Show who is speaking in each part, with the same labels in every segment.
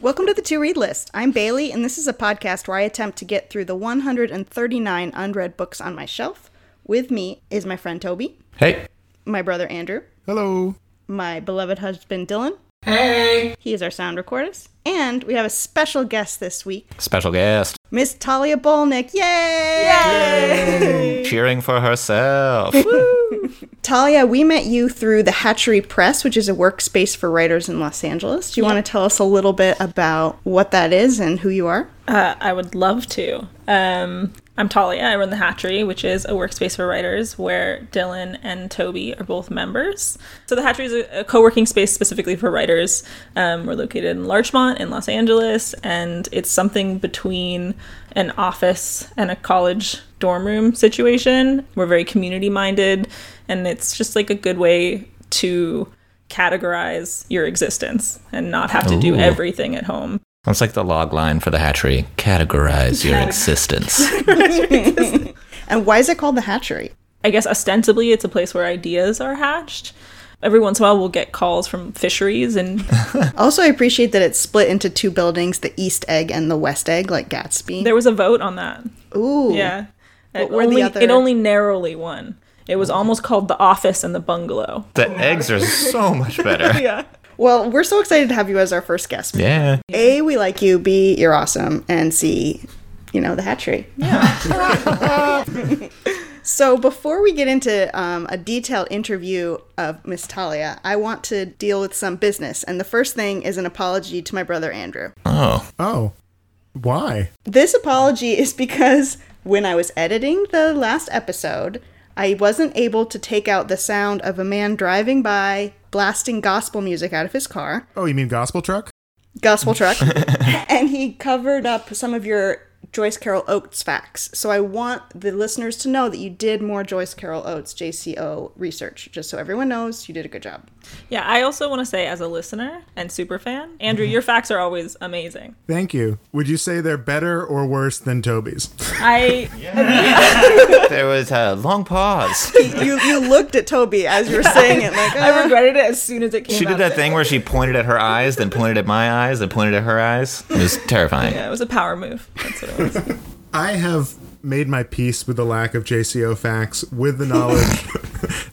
Speaker 1: Welcome to the To Read List. I'm Bailey, and this is a podcast where I attempt to get through the 139 unread books on my shelf. With me is my friend Toby,
Speaker 2: Hey.
Speaker 1: my brother Andrew,
Speaker 2: Hello.
Speaker 1: my beloved husband Dylan. Hey! He is our sound recordist. And we have a special guest this week,
Speaker 2: Special guest.
Speaker 1: Miss Talia Bolnick. Yay!
Speaker 2: Cheering for herself.
Speaker 1: Talia, we met you through the Hatchery Press, which is a workspace for writers in Los Angeles. Do you want to tell us a little bit about what that is and who you are?
Speaker 3: Uh, I would love to. Um, I'm Talia. I run The Hatchery, which is a workspace for writers where Dylan and Toby are both members. So, The Hatchery is a, a co working space specifically for writers. Um, we're located in Larchmont in Los Angeles, and it's something between an office and a college dorm room situation. We're very community minded, and it's just like a good way to categorize your existence and not have to do
Speaker 2: Ooh.
Speaker 3: everything at home.
Speaker 2: That's like the log line for the hatchery. Categorize your existence.
Speaker 1: And why is it called the Hatchery?
Speaker 3: I guess ostensibly it's a place where ideas are hatched. Every once in a while, we'll get calls from fisheries, and
Speaker 1: Also, I appreciate that it's split into two buildings the East Egg and the West Egg, like Gatsby.
Speaker 3: there was a vote on that.
Speaker 1: Ooh.
Speaker 3: Yeah, it
Speaker 1: were the
Speaker 3: only,
Speaker 1: other-
Speaker 3: it only narrowly won. It was almost called the office and the bungalow.
Speaker 2: the eggs are so much better.
Speaker 3: Yeah,
Speaker 1: Well, we're so excited to have you as our first guest.
Speaker 2: Yeah.
Speaker 1: A, we like you. B, you're awesome. And C, you know, the hatchery. Yeah. so before we get into um, a detailed interview of Miss Talia, I want to deal with some business. And the first thing is an apology to my brother Andrew.
Speaker 2: Oh.
Speaker 4: Oh, why?
Speaker 1: This apology is because when I was editing the last episode, I wasn't able to take out the sound of a man driving by blasting gospel music out of his car.
Speaker 4: Oh, you mean gospel truck?
Speaker 1: gospel truck and he covered up some of your joyce carol oates facts so i want the listeners to know that you did more joyce carol oates jco research just so everyone knows you did a good job
Speaker 3: yeah. I also want to say, as a listener and super fan, Andrew,
Speaker 2: Mm-hmm.
Speaker 3: your facts are always amazing.
Speaker 4: Thank you. Would you say they're better or worse than Toby's?
Speaker 3: I
Speaker 2: There was a long pause.
Speaker 1: you you looked at toby as you were saying it like "Oh."
Speaker 3: I regretted it as soon as it came.
Speaker 2: She
Speaker 3: out.
Speaker 2: did that thing where she pointed at her eyes, then pointed at my eyes, then pointed at her eyes. It was terrifying.
Speaker 3: Yeah, it was a power move. That's what it was.
Speaker 4: I have made my peace with the lack of JCO facts with the knowledge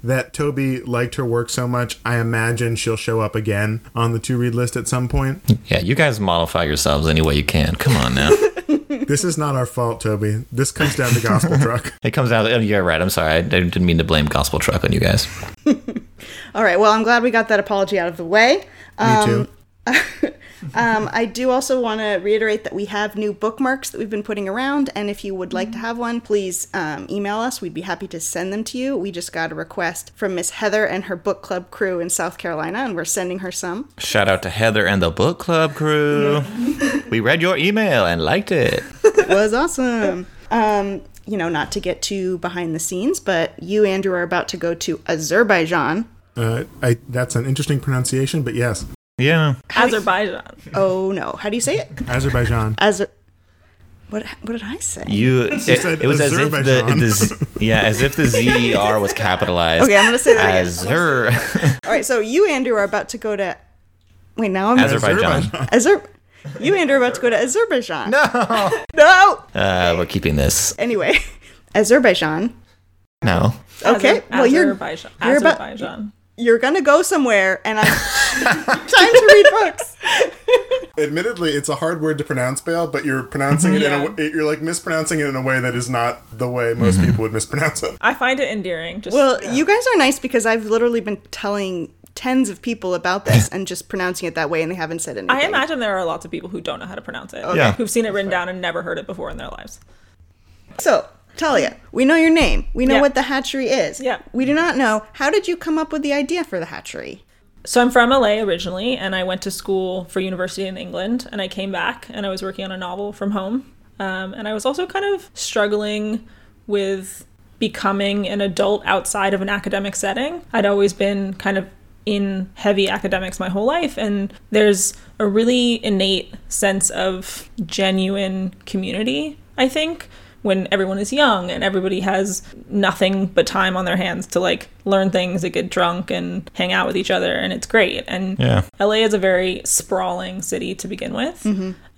Speaker 4: that Toby liked her work so much. I imagine she'll show up again on the to read list at some point.
Speaker 2: Yeah, you guys modify yourselves any way you can. Come on now.
Speaker 4: this is not our fault, Toby. This comes down to gospel truck.
Speaker 2: It comes out. Oh, you're right. I'm sorry. I didn't mean to blame Gospel Truck on you guys.
Speaker 1: all right well i'm glad we got that apology out of the way
Speaker 4: Me too.
Speaker 1: um, i do also want to reiterate that we have new bookmarks that we've been putting around and if you would like to have one please um, email us we'd be happy to send them to you we just got a request from miss heather and her book club crew in south carolina and we're sending her some
Speaker 2: Shout out to Heather and the book club crew. we read your email and liked it.
Speaker 1: was awesome. Um, you know, not to get too behind the scenes, but you, Andrew, are about to go to Azerbaijan.
Speaker 4: Uh, I, that's an interesting pronunciation, but yes,
Speaker 2: Yeah.
Speaker 3: Azerbaijan.
Speaker 1: Oh no, how do you say it?
Speaker 4: Azerbaijan.
Speaker 1: Azer. What what did I say?
Speaker 2: You. It,
Speaker 4: said
Speaker 2: it was as if the,
Speaker 4: Azerbaijan.
Speaker 2: the z- yeah, as if the Z E R was capitalized.
Speaker 1: Okay, I'm gonna say that again.
Speaker 2: Azer
Speaker 1: All right, so you, Andrew, are about to go to. Wait, now I'm
Speaker 2: Azerbaijan.
Speaker 1: Azer. You, Andrew, are about to go to Azerbaijan. No, no.
Speaker 2: Uh, we're keeping this.
Speaker 1: Anyway, Azerbaijan.
Speaker 2: No.
Speaker 1: Okay,
Speaker 3: Azer-
Speaker 1: well you're
Speaker 3: Azerbaijan.
Speaker 1: you're about-
Speaker 3: Azerbaijan.
Speaker 1: you're gonna go somewhere, and I'm time to read books.
Speaker 4: Admittedly, it's a hard word to pronounce, Bale, but you're pronouncing it in a
Speaker 3: Yeah.
Speaker 4: w- you're like mispronouncing it in a way that is not the way most people would mispronounce it.
Speaker 3: I find it endearing. Just
Speaker 1: Well, you guys are nice because I've literally been telling tens of people about this and just pronouncing it that way, and they haven't said anything.
Speaker 3: I imagine there are lots of people who don't know how to pronounce it.
Speaker 2: Yeah.
Speaker 3: Who've seen it written down and never heard it before in their lives.
Speaker 1: So, Talia, we know your name. We know
Speaker 3: Yeah.
Speaker 1: what the hatchery is.
Speaker 3: Yeah.
Speaker 1: We do not know how did you come up with the idea for the hatchery?
Speaker 3: So I'm from LA originally, and I went to school for university in England, and I came back and I was working on a novel from home. Um, and I was also kind of struggling with becoming an adult outside of an academic setting. I'd always been kind of in heavy academics my whole life, and there's a really innate sense of genuine community, I think, when everyone is young and everybody has nothing but time on their hands to like learn things and get drunk and hang out with each other and it's great and
Speaker 2: Yeah.
Speaker 3: la is a very sprawling city to begin with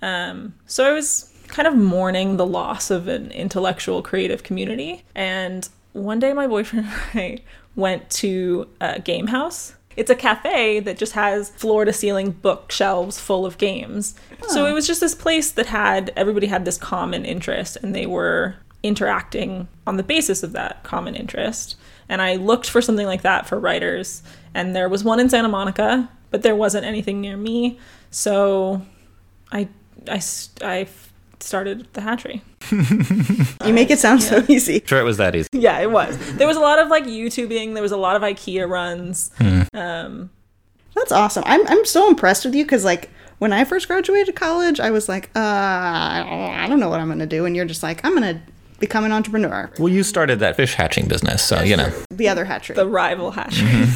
Speaker 3: um, so i was kind of mourning the loss of an intellectual creative community and one day my boyfriend and i went to a game house it's a cafe that just has floor to ceiling bookshelves full of games. So it was just this place that had everybody had this common interest and they were interacting on the basis of that common interest. And I looked for something like that for writers, and there was one in Santa Monica, but there wasn't anything near me. So I I s- I f- started the hatchery.
Speaker 1: You make it sound so easy.
Speaker 2: Sure, it was that easy.
Speaker 3: Yeah, it was. There was a lot of like YouTubing, there was a lot of IKEA runs. Um
Speaker 1: That's awesome. I'm I'm so impressed with you because like when I first graduated college, I was like, uh, I don't- I don't know what I'm gonna do, and you're just like, I'm gonna become an entrepreneur.
Speaker 2: Well, you started that fish hatching business, so you know.
Speaker 1: The other hatchery.
Speaker 3: the rival hatchery.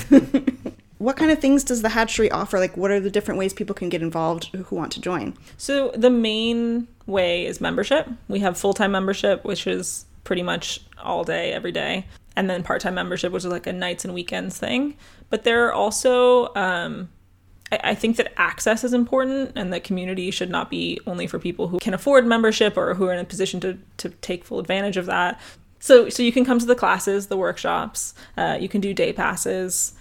Speaker 1: what kind of things does the hatchery offer? Like, what are the different ways people can get involved who want to join?
Speaker 3: So the main way is membership. We have full time membership, which is pretty much all day, every day, and then part time membership, which is like a nights and weekends thing. But there are also, um, I, I think that access is important, and that community should not be only for people who can afford membership or who are in a position to to take full advantage of that. So so you can come to the classes, the workshops. Uh, you can do day passes.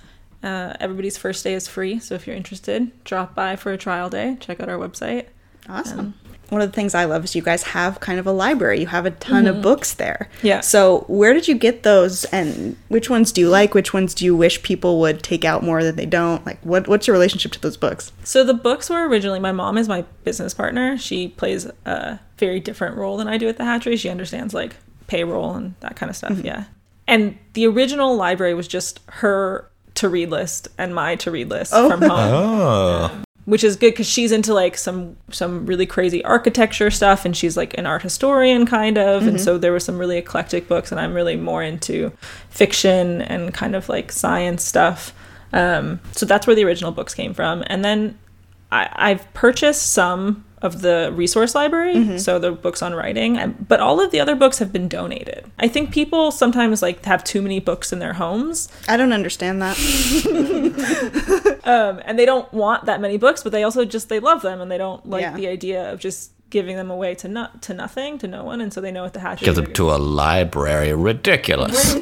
Speaker 3: Uh, everybody's first day is free, so if you're interested, drop by for a trial day. Check out our website.
Speaker 1: Awesome. One of the things I love is you guys have kind of a library. You have a ton of books there.
Speaker 3: Yeah.
Speaker 1: So where did you get those, and which ones do you like? Which ones do you wish people would take out more than they don't? Like, what what's your relationship to those books?
Speaker 3: So the books were originally my mom is my business partner. She plays a very different role than I do at the hatchery. She understands like payroll and that kind of stuff. Yeah. And the original library was just her to read list and my to read list from home
Speaker 2: Oh.
Speaker 3: which is good because she's into like some some really crazy architecture stuff and she's like an art historian kind of and so there were some really eclectic books and i'm really more into fiction and kind of like science stuff um, so that's where the original books came from and then I, i've purchased some of the resource library so the books on writing and, but all of the other books have been donated i think people sometimes like have too many books in their homes
Speaker 1: I don't understand that.
Speaker 3: um, and they don't want that many books, but they also just they love them and they don't like
Speaker 1: Yeah.
Speaker 3: the idea of just giving them away to not to nothing to no one, and so they know what the hatch
Speaker 2: Give
Speaker 3: is.
Speaker 2: them to a library. Ridiculous.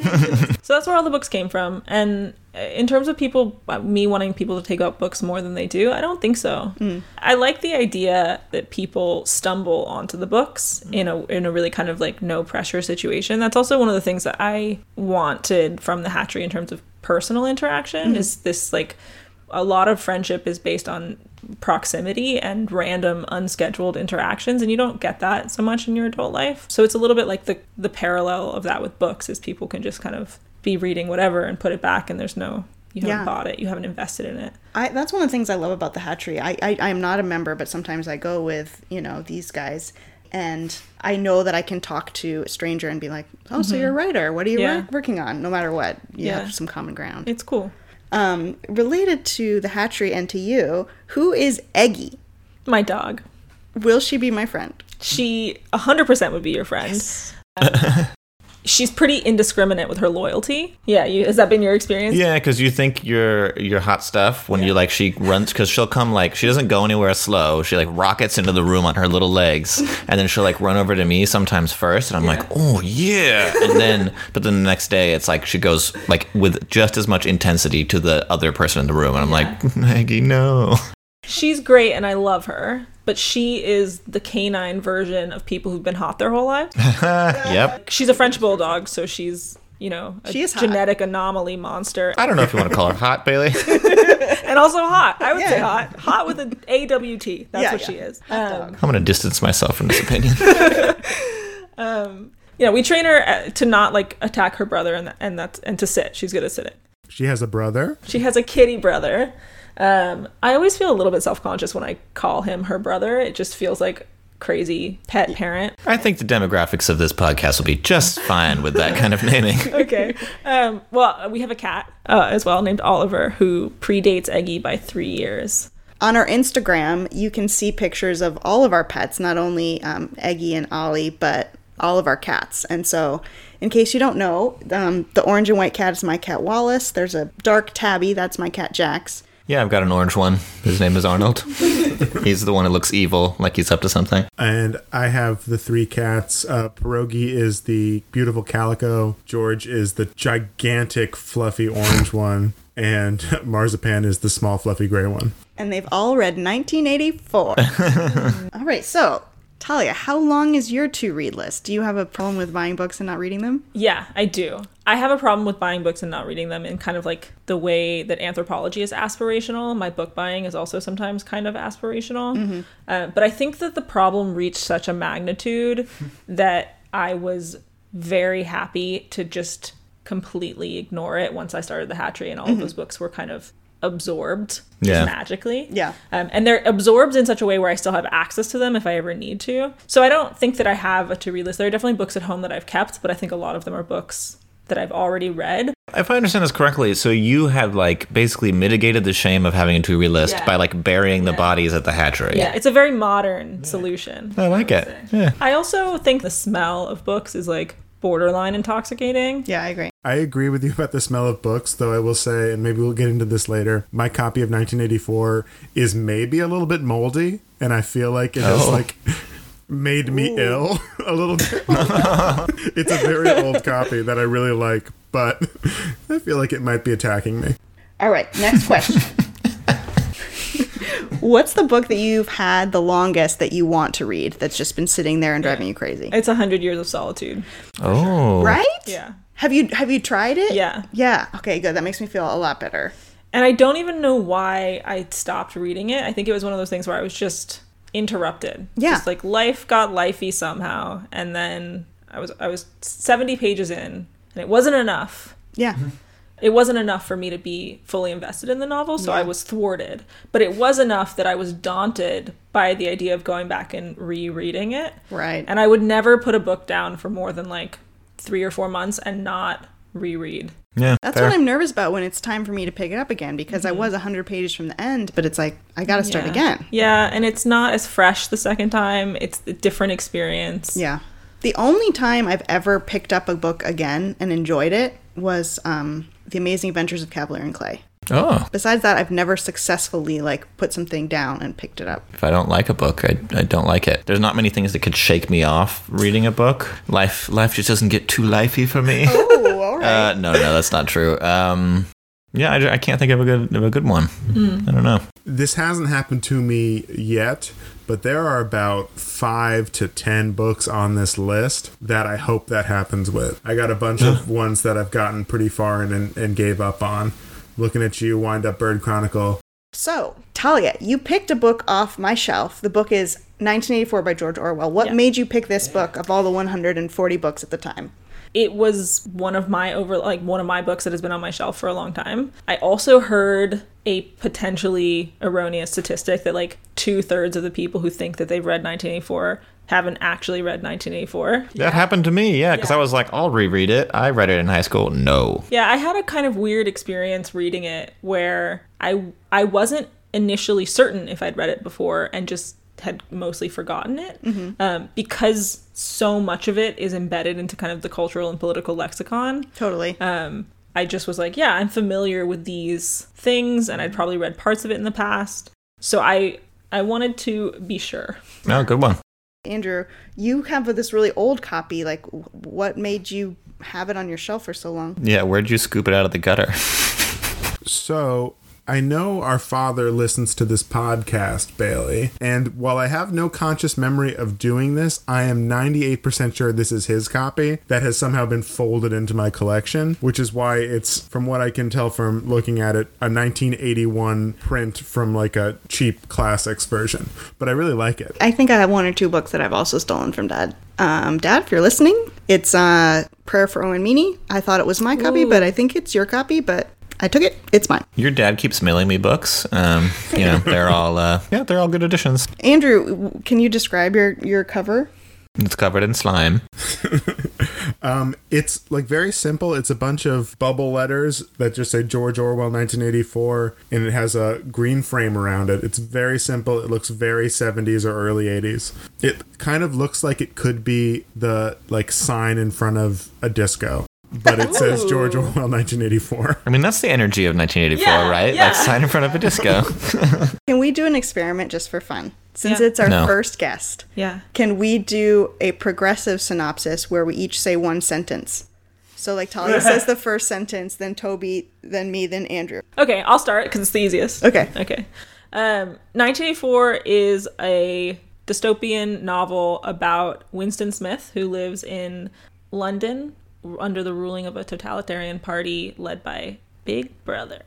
Speaker 3: So that's where all the books came from. And in terms of people, uh, me wanting people to take out books more than they do, I don't think so. I like the idea that people stumble onto the books in a in a really kind of like no pressure situation. That's also one of the things that I wanted from the hatchery in terms of personal interaction is this like a lot of friendship is based on proximity and random unscheduled interactions and you don't get that so much in your adult life so it's a little bit like the the parallel of that with books is people can just kind of be reading whatever and put it back and there's no you haven't
Speaker 1: Yeah.
Speaker 3: bought it you haven't invested in it
Speaker 1: I, that's one of the things I love about the hatchery. I, I I'm not a member, but sometimes I go with you know these guys, and I know that I can talk to a stranger and be like, "Oh, so you're a writer? What are you
Speaker 3: Mm-hmm. Yeah.
Speaker 1: wor- working on?" No matter what, you
Speaker 3: Yeah.
Speaker 1: have some common ground.
Speaker 3: it's cool
Speaker 1: Um, related to the hatchery and to you, who is Eggy?
Speaker 3: my dog
Speaker 1: Will she be my friend?
Speaker 3: she 100% would be your friend Um, she's pretty indiscriminate with her loyalty yeah you, has that been your experience
Speaker 2: Yeah, because you think you're you're hot stuff when you like she runs because she'll come like she doesn't go anywhere slow. She like rockets into the room on her little legs, and then she'll like run over to me sometimes first, and I'm like, oh yeah, and then but then the next day it's like she goes like with just as much intensity to the other person in the room, and I'm like, Maggie, no.
Speaker 3: She's great and I love her, but she is the canine version of people who've been hot their whole lives.
Speaker 2: yep.
Speaker 3: She's a French bulldog, so she's, you know, a
Speaker 1: She is hot.
Speaker 3: genetic anomaly monster.
Speaker 2: I don't know if you want to call her hot, Bailey.
Speaker 3: And also hot. I would say
Speaker 1: Yeah.
Speaker 3: hot. Hot with an AWT. That's
Speaker 1: Yeah,
Speaker 3: what
Speaker 1: yeah.
Speaker 3: she is.
Speaker 1: dog.
Speaker 3: Um,
Speaker 2: I'm gonna distance myself from this opinion.
Speaker 3: you know, we train her uh, to not like attack her brother and, and that's and to sit. She's good at sitting.
Speaker 4: She has a brother.
Speaker 3: She has a kitty brother. Um, I always feel a little bit self conscious when I call him her brother. It just feels like crazy pet parent.
Speaker 2: I think the demographics of this podcast will be just fine with that kind of naming.
Speaker 3: Okay. Um, well, we have a cat uh, as well named Oliver who predates Eggy by three years.
Speaker 1: On our Instagram, you can see pictures of all of our pets, not only um, Eggy and Ollie, but all of our cats. And so, in case you don't know, um, the orange and white cat is my cat Wallace. There's a dark tabby, that's my cat Jax.
Speaker 2: Yeah, I've got an orange one. His name is Arnold. he's the one that looks evil, like he's up to something.
Speaker 4: And I have the three cats. Uh, Pierogi is the beautiful calico. George is the gigantic, fluffy orange one. And Marzipan is the small, fluffy gray one.
Speaker 1: And they've all read 1984. all right, so. Talia, how long is your to read list? Do you have a problem with buying books and not reading them?
Speaker 3: Yeah, I do. I have a problem with buying books and not reading them in kind of like the way that anthropology is aspirational. My book buying is also sometimes kind of aspirational. Uh, but I think that the problem reached such a magnitude that I was very happy to just completely ignore it once I started the hatchery and all of those books were kind of absorbed
Speaker 2: Yeah.
Speaker 3: just magically.
Speaker 1: Yeah.
Speaker 3: Um, and they're absorbed in such a way where I still have access to them if I ever need to. So I don't think that I have a to read list. There are definitely books at home that I've kept, but I think a lot of them are books that I've already read.
Speaker 2: If I understand this correctly, so you had like basically mitigated the shame of having a to-read list
Speaker 3: Yeah.
Speaker 2: by like burying the bodies at the hatchery.
Speaker 3: It's a very modern solution.
Speaker 2: I like it. Yeah.
Speaker 3: I also think the smell of books is like borderline intoxicating.
Speaker 1: Yeah, I agree.
Speaker 4: I agree with you about the smell of books, though I will say, and maybe we'll get into this later, my copy of 1984 is maybe a little bit moldy, and I feel like it has,
Speaker 2: Oh.
Speaker 4: like, made me ill a little bit. it's a very old copy that I really like, but I feel like it might be attacking me.
Speaker 1: All right, next question. What's the book that you've had the longest that you want to read that's just been sitting there and driving you crazy?
Speaker 3: It's a hundred years of solitude.
Speaker 2: Oh.
Speaker 1: Right?
Speaker 3: Yeah.
Speaker 1: Have you have you tried it?
Speaker 3: Yeah.
Speaker 1: Yeah. Okay, good. That makes me feel a lot better.
Speaker 3: And I don't even know why I stopped reading it. I think it was one of those things where I was just interrupted.
Speaker 1: Yeah.
Speaker 3: Just like life got lifey somehow. And then I was I was 70 pages in and it wasn't enough.
Speaker 1: Yeah.
Speaker 3: It wasn't enough for me to be fully invested in the novel, so I
Speaker 1: Yeah.
Speaker 3: was thwarted. But it was enough that I was daunted by the idea of going back and rereading it.
Speaker 1: Right.
Speaker 3: And I would never put a book down for more than like 3 or 4 months and not reread.
Speaker 2: Yeah.
Speaker 1: That's what I'm nervous about when it's time for me to pick it up again because I was 100 pages from the end, but it's like I got to start
Speaker 3: Mm-hmm. Yeah.
Speaker 1: again.
Speaker 3: Yeah, and it's not as fresh the second time. It's a different experience.
Speaker 1: Yeah. The only time I've ever picked up a book again and enjoyed it was um, The Amazing Adventures of Cavalier and Clay.
Speaker 2: Oh.
Speaker 1: Besides that, I've never successfully like put something down and picked it up.
Speaker 2: If I don't like a book, I, I don't like it. There's not many things that could shake me off reading a book. Life life just doesn't get too lifey for me.
Speaker 1: Oh, all right.
Speaker 2: Uh, no, no, that's not true. Um, yeah, I, ju- I can't think of a good of a good one. I don't know.
Speaker 4: this hasn't happened to me yet, but there are about five to ten books on this list that I hope that happens with. I got a bunch of ones that I've gotten pretty far in and, and gave up on. Looking at you, Wind Up Bird Chronicle.
Speaker 1: so, Talia, you picked a book off my shelf. The book is 1984 by George Orwell. What made you pick this book of all the 140 books at the time?
Speaker 3: It was one of my over like one of my books that has been on my shelf for a long time. I also heard a potentially erroneous statistic that like two thirds of the people who think that they've read 1984 haven't actually read 1984.
Speaker 2: That happened to me, yeah, because
Speaker 3: Yeah.
Speaker 2: I was like, I'll reread it. I read it in high school. No.
Speaker 3: Yeah, I had a kind of weird experience reading it where I I wasn't initially certain if I'd read it before and just had mostly forgotten it um, because so much of it is embedded into kind of the cultural and political lexicon.
Speaker 1: Totally.
Speaker 3: Um, I just was like, yeah, I'm familiar with these things and I'd probably read parts of it in the past. So I I wanted to be sure.
Speaker 2: No, good one.
Speaker 1: Andrew, you have this really old copy. Like, w- what made you have it on your shelf for so long?
Speaker 2: Yeah, where'd you scoop it out of the gutter?
Speaker 4: So I know our father listens to this podcast, Bailey, and while I have no conscious memory of doing this, I am 98% sure this is his copy that has somehow been folded into my collection, which is why it's, from what I can tell from looking at it, a 1981 print from like a cheap classics version. But I really like it.
Speaker 1: I think I have one or two books that I've also stolen from Dad. Um, Dad, if you're listening, it's uh, Prayer for Owen Meany. I thought it was my copy, but I think it's your copy. But I took it. It's mine.
Speaker 2: Your dad keeps mailing me books. Um, you know, they're all uh, yeah, they're all good additions.
Speaker 1: Andrew, w- can you describe your your cover?
Speaker 2: It's covered in slime.
Speaker 4: It's like very simple. It's a bunch of bubble letters that just say George Orwell 1984 and it has a green frame around it. It's very simple. It looks very 70s or early 80s. It kind of looks like it could be the like sign in front of a disco, but it
Speaker 3: Oh.
Speaker 4: says George Orwell 1984.
Speaker 2: I mean, that's the energy of 1984,
Speaker 3: Yeah,
Speaker 2: right?
Speaker 3: yeah.
Speaker 2: Like sign in front of a disco.
Speaker 1: Can we do an experiment just for fun? Since
Speaker 3: Yeah.
Speaker 1: it's our
Speaker 2: No.
Speaker 1: first guest,
Speaker 3: Yeah.
Speaker 1: can we do a progressive synopsis where we each say one sentence? So like Talia says the first sentence, then Toby, then me, then Andrew.
Speaker 3: Okay, I'll start because it's the easiest.
Speaker 1: Okay.
Speaker 3: Okay. Um, 1984 is a dystopian novel about Winston Smith, who lives in London under the ruling of a totalitarian party led by Big Brother.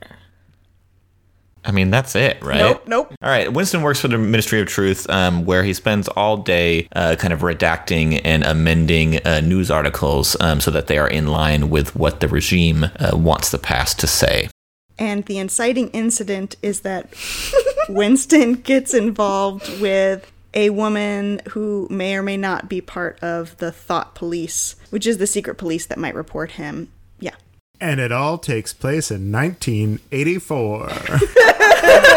Speaker 2: I mean, that's it, right?
Speaker 1: Nope, nope.
Speaker 2: All right. Winston works for the Ministry of Truth, um, where he spends all day uh, kind of redacting and amending uh, news articles um, so that they are in line with what the regime uh, wants the past to say.
Speaker 1: And the inciting incident is that Winston gets involved with a woman who may or may not be part of the Thought Police, which is the secret police that might report him. Yeah.
Speaker 4: And it all takes place in 1984.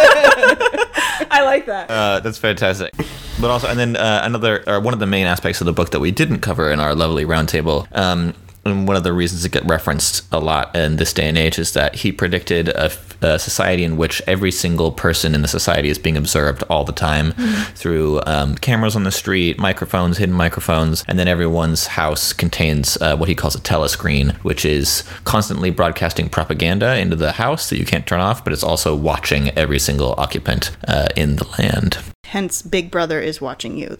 Speaker 3: I like that.
Speaker 2: Uh, that's fantastic. But also, and then uh, another, or one of the main aspects of the book that we didn't cover in our lovely roundtable, um, and one of the reasons it got referenced a lot in this day and age is that he predicted a, f- a society in which every single person in the society is being observed all the time through um, cameras on the street, microphones, hidden microphones, and then everyone's house contains uh, what he calls a telescreen, which is constantly broadcasting propaganda into the house that you can't turn off, but it's also watching every single occupant uh, in the land.
Speaker 1: Hence, Big Brother is watching you.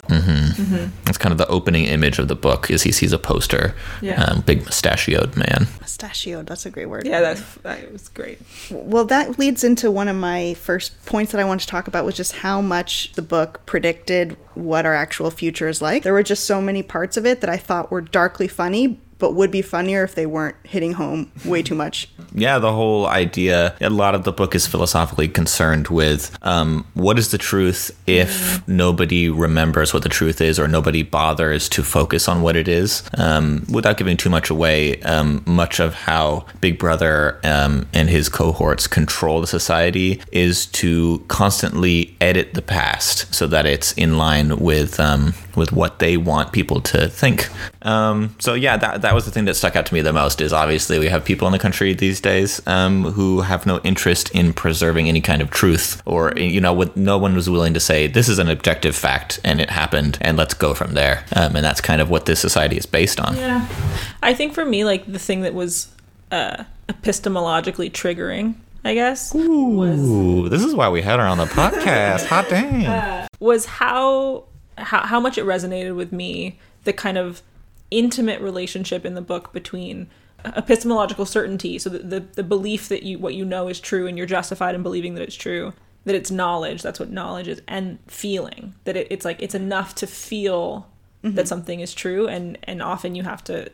Speaker 2: That's kind of the opening image of the book is he sees a poster,
Speaker 3: Yeah.
Speaker 2: um, big mustachioed man.
Speaker 1: Mustachioed, that's a great word.
Speaker 3: yeah, that's, that was great.
Speaker 1: Well, that leads into one of my first points that I wanted to talk about was just how much the book predicted what our actual future is like. There were just so many parts of it that I thought were darkly funny, but would be funnier if they weren't hitting home way too much.
Speaker 2: Yeah, the whole idea. A lot of the book is philosophically concerned with um, what is the truth if nobody remembers what the truth is, or nobody bothers to focus on what it is. Um, without giving too much away, um, much of how Big Brother um, and his cohorts control the society is to constantly edit the past so that it's in line with um, with what they want people to think. Um, so yeah, that that was the thing that stuck out to me the most is obviously we have people in the country these days um, who have no interest in preserving any kind of truth or you know with no one was willing to say this is an objective fact and it happened and let's go from there. Um, and that's kind of what this society is based on.
Speaker 3: Yeah. I think for me, like the thing that was uh, epistemologically triggering, I guess,
Speaker 2: Ooh, this is why we had her on the podcast. Hot damn!
Speaker 3: was how, how how much it resonated with me the kind of intimate relationship in the book between e-, epistemological certainty so the, the, the belief that you what you know is true and you're justified in believing that it's true that it's knowledge that's what knowledge is and feeling that it, it's like it's enough to feel that something is true and and often you have to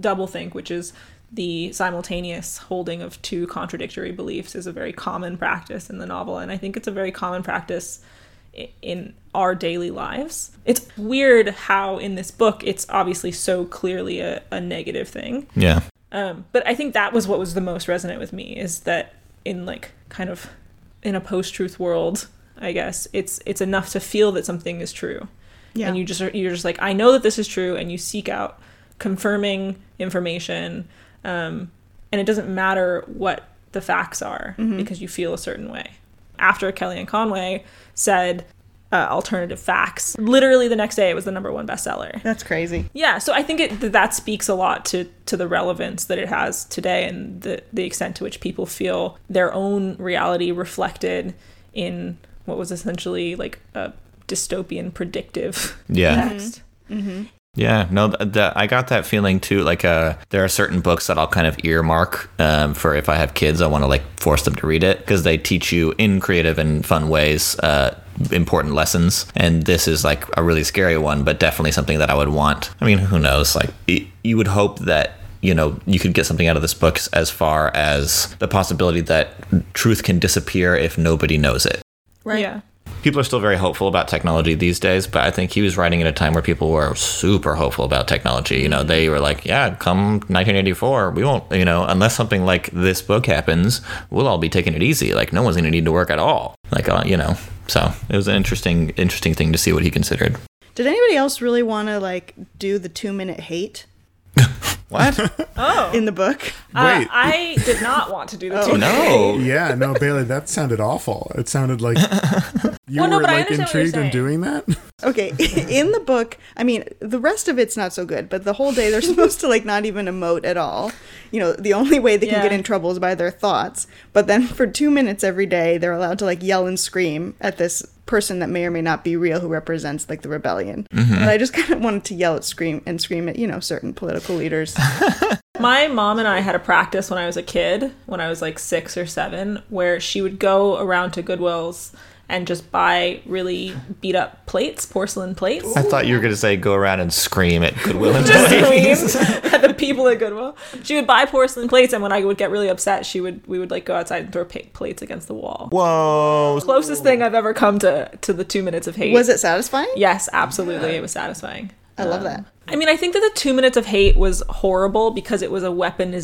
Speaker 3: double think which is the simultaneous holding of two contradictory beliefs is a very common practice in the novel and i think it's a very common practice i- in our daily lives. It's weird how in this book it's obviously so clearly a, a negative thing.
Speaker 2: Yeah.
Speaker 3: Um, but I think that was what was the most resonant with me is that in like kind of in a post-truth world, I guess it's it's enough to feel that something is true,
Speaker 1: Yeah.
Speaker 3: and you just are, you're just like I know that this is true, and you seek out confirming information, um, and it doesn't matter what the facts are because you feel a certain way. After Kellyanne Conway said uh, alternative facts, literally the next day it was the number one bestseller
Speaker 1: That's crazy.
Speaker 3: yeah so i think it, that that speaks a lot to to the relevance that it has today and the the extent to which people feel their own reality reflected in what was essentially like a dystopian predictive
Speaker 2: Yeah.
Speaker 3: text
Speaker 2: Yeah, no, th- th- I got that feeling too. Like, uh, there are certain books that I'll kind of earmark um, for if I have kids, I want to like force them to read it because they teach you in creative and fun ways uh, important lessons. And this is like a really scary one, but definitely something that I would want. I mean, who knows? Like, y- you would hope that you know you could get something out of this book as far as the possibility that truth can disappear if nobody knows it.
Speaker 3: Right. Yeah.
Speaker 2: People are still very hopeful about technology these days, but I think he was writing at a time where people were super hopeful about technology. You know, they were like, "Yeah, come 1984, we won't." You know, unless something like this book happens, we'll all be taking it easy. Like no one's going to need to work at all. Like uh, you know, so it was an interesting, interesting thing to see what he considered.
Speaker 1: Did anybody else really want to like do the two minute hate
Speaker 2: What?
Speaker 3: Oh.
Speaker 1: in the book?
Speaker 3: Uh,
Speaker 4: Wait.
Speaker 3: I did not want to do the two.
Speaker 2: Oh, no.
Speaker 4: Yeah, no, Bailey, that sounded awful. It sounded like you
Speaker 3: Well, no,
Speaker 4: were
Speaker 3: but I
Speaker 4: like
Speaker 3: understand what you're
Speaker 4: intrigued in
Speaker 3: saying.
Speaker 4: doing that.
Speaker 1: Okay, in the book, I mean, the rest of it's not so good, but the whole day they're supposed to like not even emote at all. You know, the only way they can
Speaker 3: Yeah.
Speaker 1: get in trouble is by their thoughts. But then for 2 minutes every day, they're allowed to like yell and scream at this person that may or may not be real who represents like the rebellion. And I just kind of wanted to yell at scream and scream at, you know, certain political leaders.
Speaker 3: My mom and I had a practice when I was a kid, when I was like six or seven, where she would go around to Goodwill's and just buy really beat up plates, porcelain plates.
Speaker 2: I thought you were going to say go around and scream at Goodwill and
Speaker 3: Just
Speaker 2: Toys.
Speaker 3: scream at the people at Goodwill. She would buy porcelain plates, and when I would get really upset, she would we would like go outside and throw pa- plates against the wall.
Speaker 2: Whoa.
Speaker 3: Closest thing I've ever come to to the two minutes of hate.
Speaker 1: Was it satisfying?
Speaker 3: Yes, absolutely. It was satisfying.
Speaker 1: I love that.
Speaker 3: I mean, I think that the two minutes of hate was horrible because it was a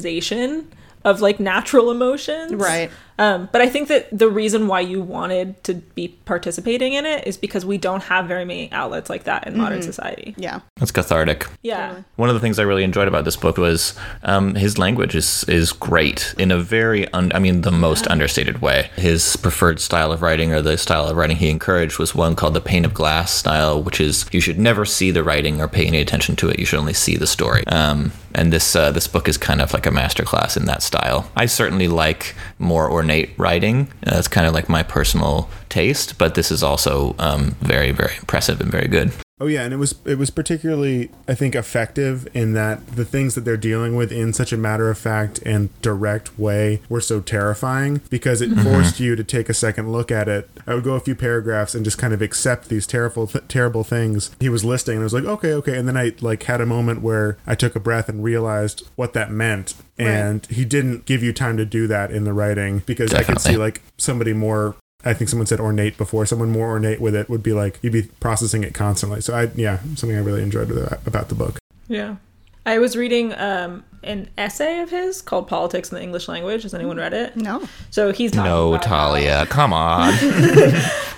Speaker 3: weaponization of like natural emotions.
Speaker 1: Right.
Speaker 3: Um, but I think that the reason why you wanted to be participating in it is because we don't have very many outlets like that in
Speaker 1: Mm-hmm.
Speaker 3: modern society.
Speaker 1: Yeah.
Speaker 2: That's cathartic.
Speaker 3: Yeah.
Speaker 2: One of the things I really enjoyed about this book was um, his language is is great in a very un- I mean the most understated way. His preferred style of writing or the style of writing he encouraged was one called the pane of glass style, which is you should never see the writing or pay any attention to it. You should only see the story. Um, and this uh, this book is kind of like a masterclass in that style. I certainly like more ornate writing. Uh, it's kind of like my personal taste, but this is also um, very very impressive and very good.
Speaker 4: Oh yeah, and it was it was particularly I think effective in that the things that they're dealing with in such a matter of fact and direct way were so terrifying because it forced you to take a second look at it. I would go a few paragraphs and just kind of accept these terrible th- terrible things he was listing and I was like, "Okay, okay." And then I like had a moment where I took a breath and realized what that meant. And he didn't give you time to do that in the writing because I could
Speaker 2: Definitely.
Speaker 4: see like somebody more I think someone said ornate before. Someone more ornate with it would be like you'd be processing it constantly. So I yeah, something I really enjoyed with that, about the book.
Speaker 3: Yeah. I was reading um, an essay of his called Politics in the English Language. Has anyone read it?
Speaker 1: No.
Speaker 3: So he's talking
Speaker 2: No,
Speaker 3: about-
Speaker 2: Talia, come on.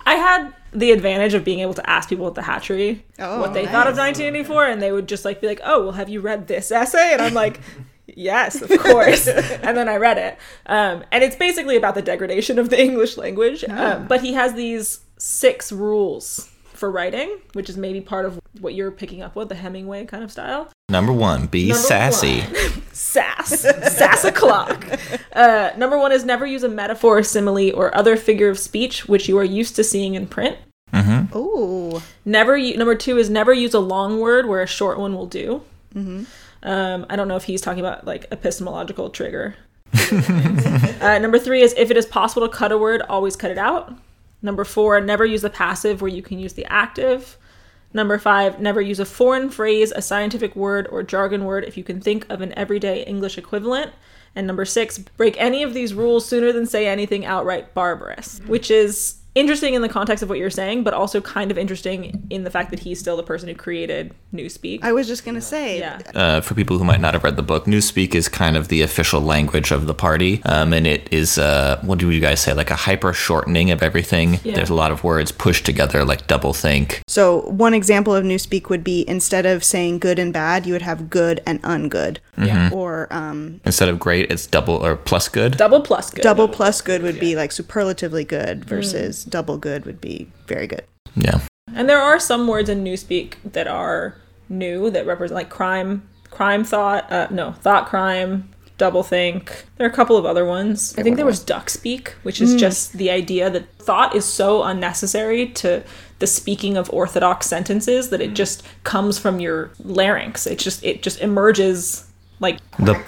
Speaker 3: I had the advantage of being able to ask people at the hatchery
Speaker 1: Oh,
Speaker 3: what they
Speaker 1: nice.
Speaker 3: thought of 1984, and they would just like be like, "Oh, well, have you read this essay?" And I'm like, "Yes, of course." and then I read it, um, and it's basically about the degradation of the English language.
Speaker 1: Oh.
Speaker 3: Um, but he has these six rules for writing, which is maybe part of what you're picking up with the Hemingway kind of style
Speaker 2: Number one, be sassy.
Speaker 3: sass sass o'clock uh, number one is never use a metaphor simile or other figure of speech which you are used to seeing in print
Speaker 1: Oh,
Speaker 3: Never. u- Number two is never use a long word where a short one will do. Um, I don't know if he's talking about like epistemological trigger. uh, number three is if it is possible to cut a word, always cut it out. Number four, never use the passive where you can use the active. Number five, never use a foreign phrase, a scientific word, or jargon word if you can think of an everyday English equivalent. And number six, break any of these rules sooner than say anything outright barbarous, which is interesting in the context of what you're saying, but also kind of interesting in the fact that he's still the person who created Newspeak.
Speaker 1: I was just going to say
Speaker 3: yeah.
Speaker 2: Uh, for people who might not have read the book, Newspeak is kind of the official language of the party, um, and it is uh, what do you guys say? Like a hyper shortening of everything.
Speaker 3: Yeah.
Speaker 2: There's a lot of words pushed together, like double think.
Speaker 1: So one example of newspeak would be instead of saying good and bad, you would have good and ungood. Yeah. Or um,
Speaker 2: Instead of great, it's double or plus good.
Speaker 3: Double plus good.
Speaker 1: double plus good would be like superlatively good versus double good would be very good.
Speaker 2: yeah.
Speaker 3: And there are some words in Newspeak that are new that represent like crime, crime thought, uh, no, thought crime, double think. There are a couple of other ones. I think there was duck speak, which is just the idea that thought is so unnecessary to the speaking of orthodox sentences that it just comes from your larynx. It just it just emerges like
Speaker 2: The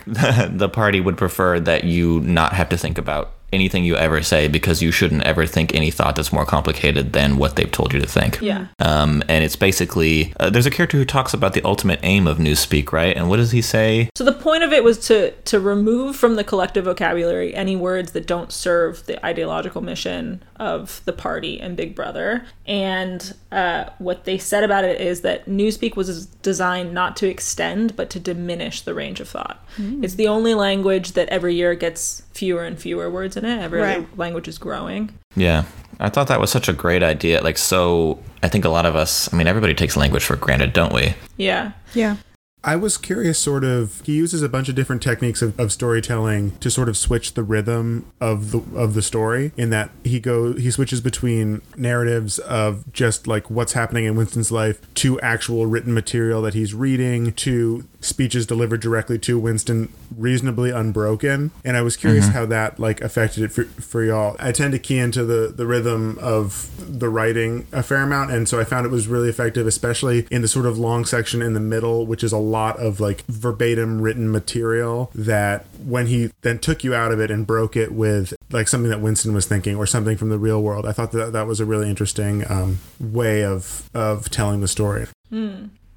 Speaker 2: the party would prefer that you not have to think about anything you ever say because you shouldn't ever think any thought that's more complicated than what they've told you to think.
Speaker 3: Yeah.
Speaker 2: Um, and it's basically uh, there's a character who talks about the ultimate aim of newspeak, right? And what does he say?
Speaker 3: So the point of it was to to remove from the collective vocabulary any words that don't serve the ideological mission of the party and Big Brother. And uh, what they said about it is that Newspeak was designed not to extend but to diminish the range of thought. It's the only language that every year gets fewer and fewer words in it. Every other
Speaker 1: Right.
Speaker 3: language is growing.
Speaker 2: Yeah. I thought that was such a great idea. Like, so I think a lot of us, I mean, everybody takes language for granted, don't we?
Speaker 3: Yeah.
Speaker 1: Yeah.
Speaker 4: I was curious, sort of. He uses a bunch of different techniques of, of storytelling to sort of switch the rhythm of the of the story. In that he go he switches between narratives of just like what's happening in Winston's life to actual written material that he's reading to speeches delivered directly to Winston, reasonably unbroken. And I was curious how that like affected it for, for y'all. I tend to key into the the rhythm of the writing a fair amount, and so I found it was really effective, especially in the sort of long section in the middle, which is a lot of like verbatim written material that when he then took you out of it and broke it with like something that Winston was thinking or something from the real world. I thought that that was a really interesting um, way of of telling the story.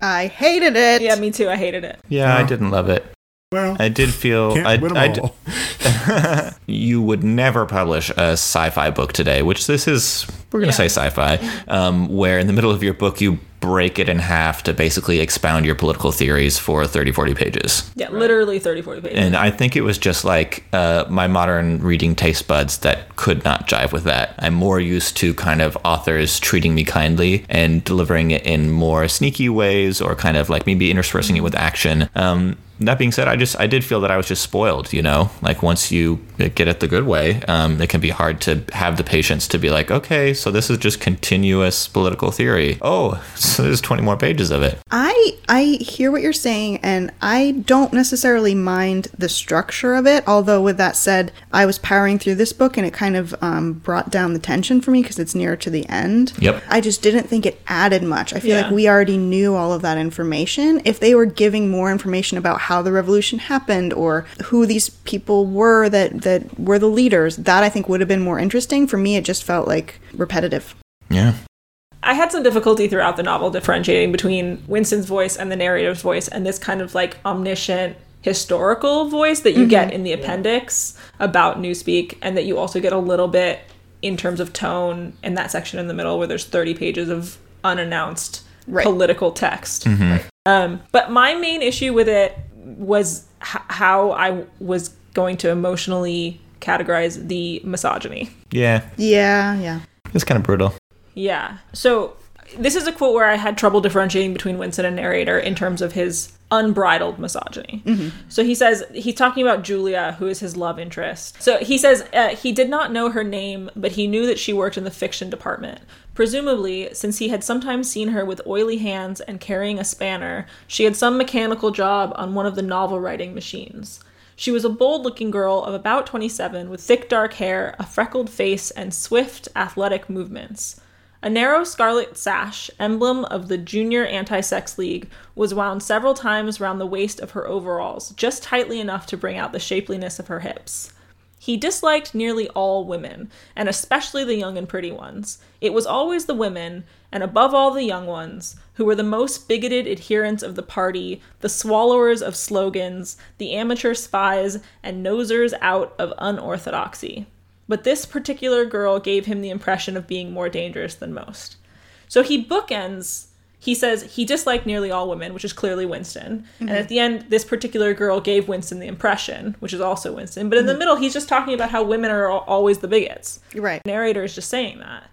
Speaker 1: I hated it.
Speaker 3: Yeah, me too. I hated it.
Speaker 2: Yeah, I didn't love it.
Speaker 4: Well,
Speaker 2: I did feel
Speaker 4: can't
Speaker 2: I,
Speaker 4: win 'em
Speaker 2: I d-
Speaker 4: all.
Speaker 2: you would never publish a sci-fi book today, which this is. We're gonna
Speaker 3: Yeah.
Speaker 2: say sci-fi, um, where in the middle of your book you break it in half to basically expound your political theories for 30, 40 pages.
Speaker 3: Yeah, literally 30, 40 pages.
Speaker 2: And I think it was just like uh, my modern reading taste buds that could not jive with that. I'm more used to kind of authors treating me kindly and delivering it in more sneaky ways or kind of like maybe interspersing it with action. Um, that being said, I just I did feel that I was just spoiled, you know. Like once you get it the good way, um, it can be hard to have the patience to be like, okay, so this is just continuous political theory. Oh, so there's 20 more pages of it.
Speaker 1: I I hear what you're saying and I don't necessarily mind the structure of it although with that said I was powering through this book and it kind of um, brought down the tension for me because it's nearer to the end.
Speaker 2: Yep.
Speaker 1: I just didn't think it added much. I feel
Speaker 3: Yeah.
Speaker 1: like we already knew all of that information. If they were giving more information about how the revolution happened or who these people were that that were the leaders, that I think would have been more interesting. For me it just felt like repetitive.
Speaker 2: Yeah.
Speaker 3: I had some difficulty throughout the novel differentiating between Winston's voice and the narrator's voice and this kind of like omniscient historical voice that you get in the appendix about Newspeak and that you also get a little bit in terms of tone in that section in the middle where there's 30 pages of unannounced
Speaker 1: Right.
Speaker 3: political text. Um, but my main issue with it was h- how I was going to emotionally categorize the misogyny.
Speaker 2: Yeah.
Speaker 1: Yeah, yeah.
Speaker 2: It's kind of brutal.
Speaker 3: Yeah. So this is a quote where I had trouble differentiating between Winston and narrator in terms of his unbridled misogyny. So he says he's talking about Julia, who is his love interest. So he says uh, he did not know her name, but he knew that she worked in the fiction department. Presumably, since he had sometimes seen her with oily hands and carrying a spanner, she had some mechanical job on one of the novel writing machines. She was a bold looking girl of about 27 with thick dark hair, a freckled face, and swift, athletic movements. A narrow scarlet sash, emblem of the Junior Anti Sex League, was wound several times round the waist of her overalls, just tightly enough to bring out the shapeliness of her hips. He disliked nearly all women, and especially the young and pretty ones. It was always the women, and above all the young ones, who were the most bigoted adherents of the party, the swallowers of slogans, the amateur spies, and nosers out of unorthodoxy. But this particular girl gave him the impression of being more dangerous than most. So he bookends. He says he disliked nearly all women, which is clearly Winston. And at the end, this particular girl gave Winston the impression, which is also Winston. But in the middle, he's just talking about how women are al- always the bigots.
Speaker 1: You're right.
Speaker 3: Narrator is just saying that.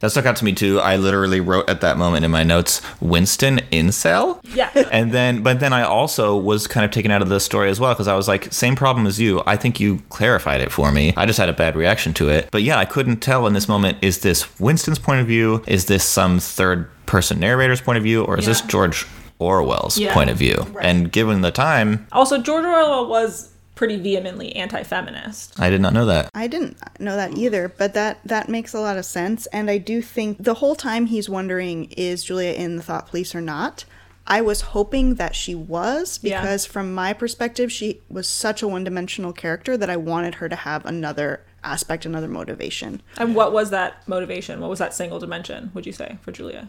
Speaker 2: That stuck out to me too. I literally wrote at that moment in my notes, Winston incel.
Speaker 3: Yeah.
Speaker 2: And then, but then I also was kind of taken out of the story as well because I was like, same problem as you. I think you clarified it for me. I just had a bad reaction to it. But yeah, I couldn't tell in this moment is this Winston's point of view? Is this some third person narrator's point of view? Or is this
Speaker 3: Yeah.
Speaker 2: George Orwell's
Speaker 3: Yeah.
Speaker 2: point of view? And given the time,
Speaker 3: Also, George Orwell was pretty vehemently anti feminist.
Speaker 2: I did not know that.
Speaker 1: I didn't know that either, but that that makes a lot of sense and I do think the whole time he's wondering is Julia in the thought police or not. I was hoping that she was
Speaker 3: Yeah.
Speaker 1: because from my perspective she was such a one-dimensional character that I wanted her to have another aspect, another motivation.
Speaker 3: And what was that motivation? What was that single dimension, would you say, for Julia?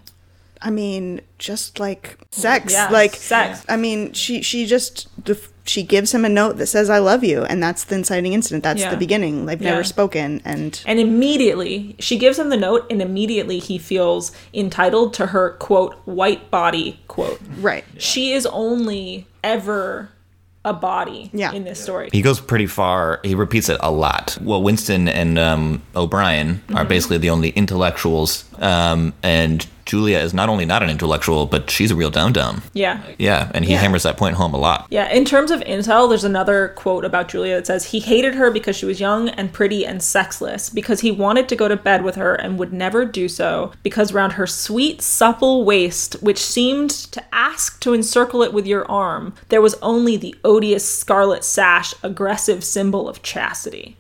Speaker 1: I mean, just like sex,
Speaker 3: Yeah,
Speaker 1: like
Speaker 3: sex.
Speaker 1: I mean, she she just def- she gives him a note that says "I love you," and that's the inciting incident. That's
Speaker 3: Yeah.
Speaker 1: the beginning. They've
Speaker 3: Yeah.
Speaker 1: never spoken, and
Speaker 3: And immediately, she gives him the note, and immediately he feels entitled to her, quote, white body, quote.
Speaker 1: right,
Speaker 3: She is only ever a body
Speaker 1: Yeah.
Speaker 3: in this story.
Speaker 2: He goes pretty far. He repeats it a lot. Well, Winston and um, O'Brien are basically the only intellectuals, um, and Julia is not only not an intellectual, but she's a real dumb dumb.
Speaker 3: Yeah.
Speaker 2: Yeah, and he
Speaker 3: Yeah.
Speaker 2: hammers that point home a lot.
Speaker 3: Yeah, in terms of intel, there's another quote about Julia that says he hated her because she was young and pretty and sexless, because he wanted to go to bed with her and would never do so, because round her sweet, supple waist, which seemed to ask to encircle it with your arm, there was only the odious scarlet sash, aggressive symbol of chastity.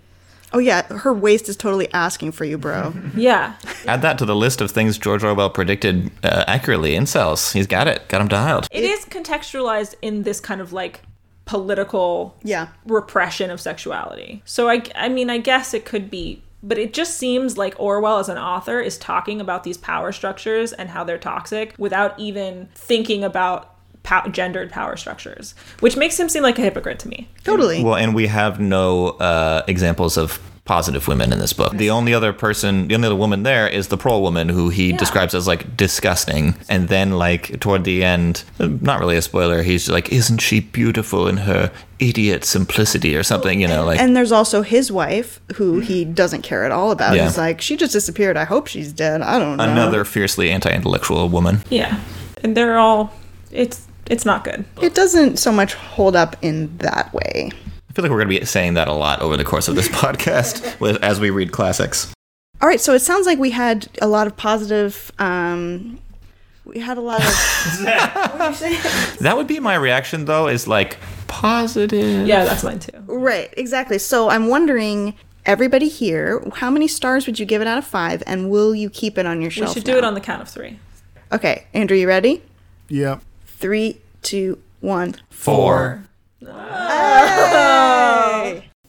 Speaker 1: oh yeah, her waist is totally asking for you, bro.
Speaker 3: Yeah,
Speaker 2: Add that to the list of things George Orwell predicted uh, accurately. Incels. He's got it. Got him dialed.
Speaker 3: it is contextualized in this kind of like political
Speaker 1: yeah,
Speaker 3: repression of sexuality. So I I mean I guess it could be but it just seems like Orwell as an author is talking about these power structures and how they're toxic without even thinking about pow- gendered power structures, which makes him seem like a hypocrite to me.
Speaker 1: totally.
Speaker 2: Well, and we have no uh, examples of positive women in this book. The only other person, the only other woman there is the pro woman who he describes as like disgusting. And then, like, toward the end, uh, not really a spoiler, he's like, Isn't she beautiful in her idiot simplicity or something? You know, like,
Speaker 1: and there's also his wife, who he doesn't care at all about.
Speaker 2: Yeah.
Speaker 1: He's like, she just disappeared. I hope she's dead. I don't know.
Speaker 2: another fiercely anti intellectual woman.
Speaker 3: Yeah. And they're all it's it's not good.
Speaker 1: It doesn't so much hold up in that way.
Speaker 2: I feel like we're going to be saying that a lot over the course of this podcast with- as we read classics.
Speaker 1: All right, so it sounds like we had a lot of positive. Um, we had a lot of. what did you say?
Speaker 2: That would be my reaction, though, is like, positive.
Speaker 3: Yeah, that's mine too.
Speaker 1: Right, exactly. So I'm wondering, everybody here, how many stars would you give it out of five, and will you keep it on your
Speaker 3: We
Speaker 1: shelf?
Speaker 3: should do it on the count of 3.
Speaker 1: the. Okay, Andrew, you ready?
Speaker 4: Yeah.
Speaker 1: Three, two, one.
Speaker 2: Four.
Speaker 4: Is